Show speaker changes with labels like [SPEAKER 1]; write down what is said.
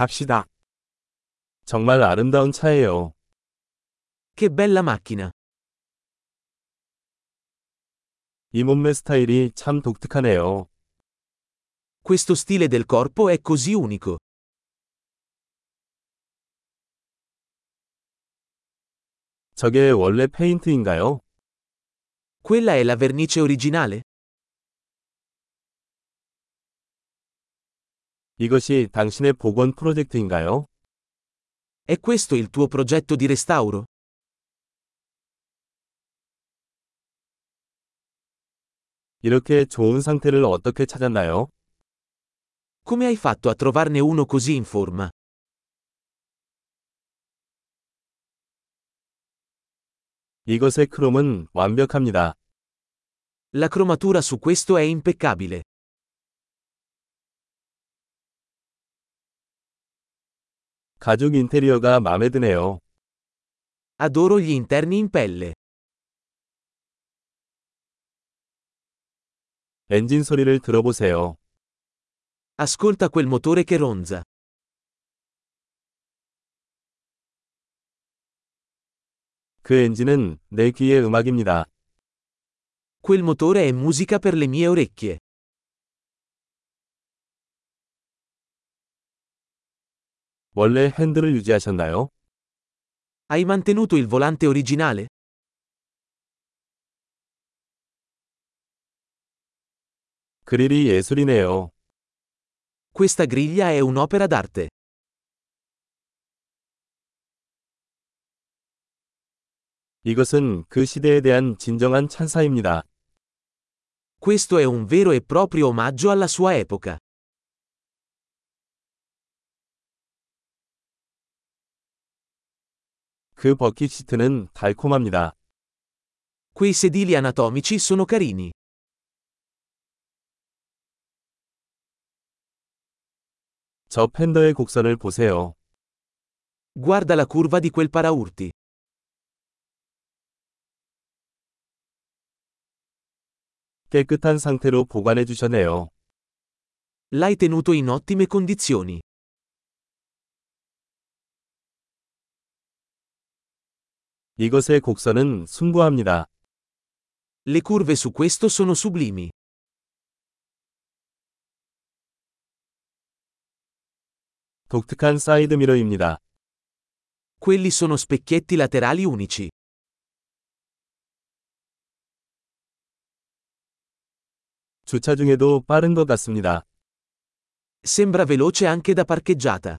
[SPEAKER 1] 갑시다.
[SPEAKER 2] 정말 아름다운 차예요.
[SPEAKER 3] Che bella macchina.
[SPEAKER 2] 이 몸매 스타일이 참 독특하네요.
[SPEAKER 3] Questo stile del corpo è così unico.
[SPEAKER 2] 저게 원래 페인트인가요?
[SPEAKER 3] Quella è la vernice originale?
[SPEAKER 2] 이것이 당신의 복원 프로젝트인가요?
[SPEAKER 3] È questo il tuo progetto di restauro?
[SPEAKER 2] 이렇게 좋은 상태를 어떻게 찾았나요?
[SPEAKER 3] Come hai fatto a trovarne uno così in forma?
[SPEAKER 2] 이것의 크롬은 완벽합니다.
[SPEAKER 3] La cromatura su questo è impeccabile.
[SPEAKER 2] 가죽 인테리어가 마음에 드네요.
[SPEAKER 3] Adoro gli interni in pelle.
[SPEAKER 2] 엔진 소리를 들어보세요.
[SPEAKER 3] Ascolta quel motore che ronza.
[SPEAKER 2] 그 엔진은 내 귀의 음악입니다.
[SPEAKER 3] Quel motore è musica per le mie orecchie.
[SPEAKER 2] 원래 핸들을 유지하셨나요?
[SPEAKER 3] Hai mantenuto il volante originale?
[SPEAKER 2] 그릴이 예술이네요.
[SPEAKER 3] Questa griglia è un'opera d'arte.
[SPEAKER 2] 이것은 그 시대에 대한 진정한 찬사입니다.
[SPEAKER 3] Questo è un vero e proprio omaggio alla sua epoca.
[SPEAKER 2] 그 버킷 시트는 달콤합니다.
[SPEAKER 3] Quei sedili anatomici sono carini.
[SPEAKER 2] 저 팬더의 곡선을 보세요.
[SPEAKER 3] Guarda la curva di quel paraurti.
[SPEAKER 2] 깨끗한 상태로 보관해 주셨네요.
[SPEAKER 3] L'hai tenuto in ottime condizioni.
[SPEAKER 2] 이것의 곡선은 숭고합니다.
[SPEAKER 3] Le curve su questo sono sublimi.
[SPEAKER 2] 독특한 사이드 미러입니다.
[SPEAKER 3] Quelli sono specchietti laterali unici.
[SPEAKER 2] 주차 중에도 빠른 것 같습니다.
[SPEAKER 3] Sembra veloce anche da parcheggiata.